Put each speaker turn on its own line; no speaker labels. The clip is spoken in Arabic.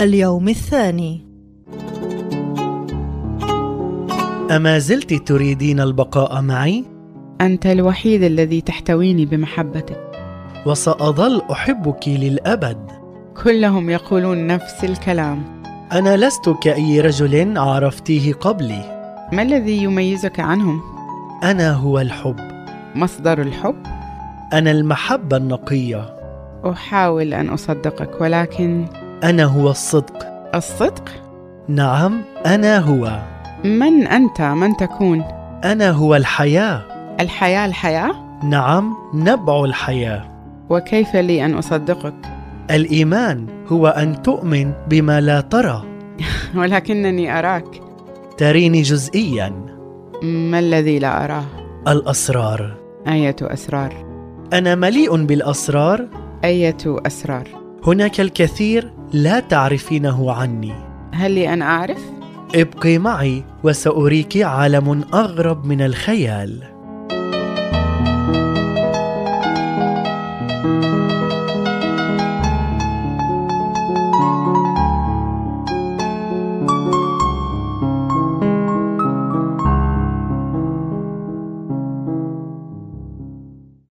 اليوم الثاني
أما زلت تريدين البقاء معي؟
أنت الوحيد الذي تحتويني بمحبتك
وسأظل أحبك للأبد
كلهم يقولون نفس الكلام
أنا لست كأي رجل عرفتيه قبلي
ما الذي يميزك عنهم؟
أنا هو الحب
مصدر الحب؟
أنا المحبة النقية
أحاول أن أصدقك ولكن
أنا هو الصدق
الصدق؟
نعم أنا هو
من أنت؟ من تكون؟
أنا هو الحياة
الحياة الحياة؟
نعم نبع الحياة
وكيف لي أن أصدقك؟
الإيمان هو أن تؤمن بما لا ترى
ولكنني أراك
تريني جزئيا
ما الذي لا أراه؟
الأسرار
أية أسرار
أنا مليء بالأسرار
أية أسرار
هناك الكثير لا تعرفينه عني
هل لي أن أعرف؟
ابقي معي وسأريك عالم أغرب من الخيال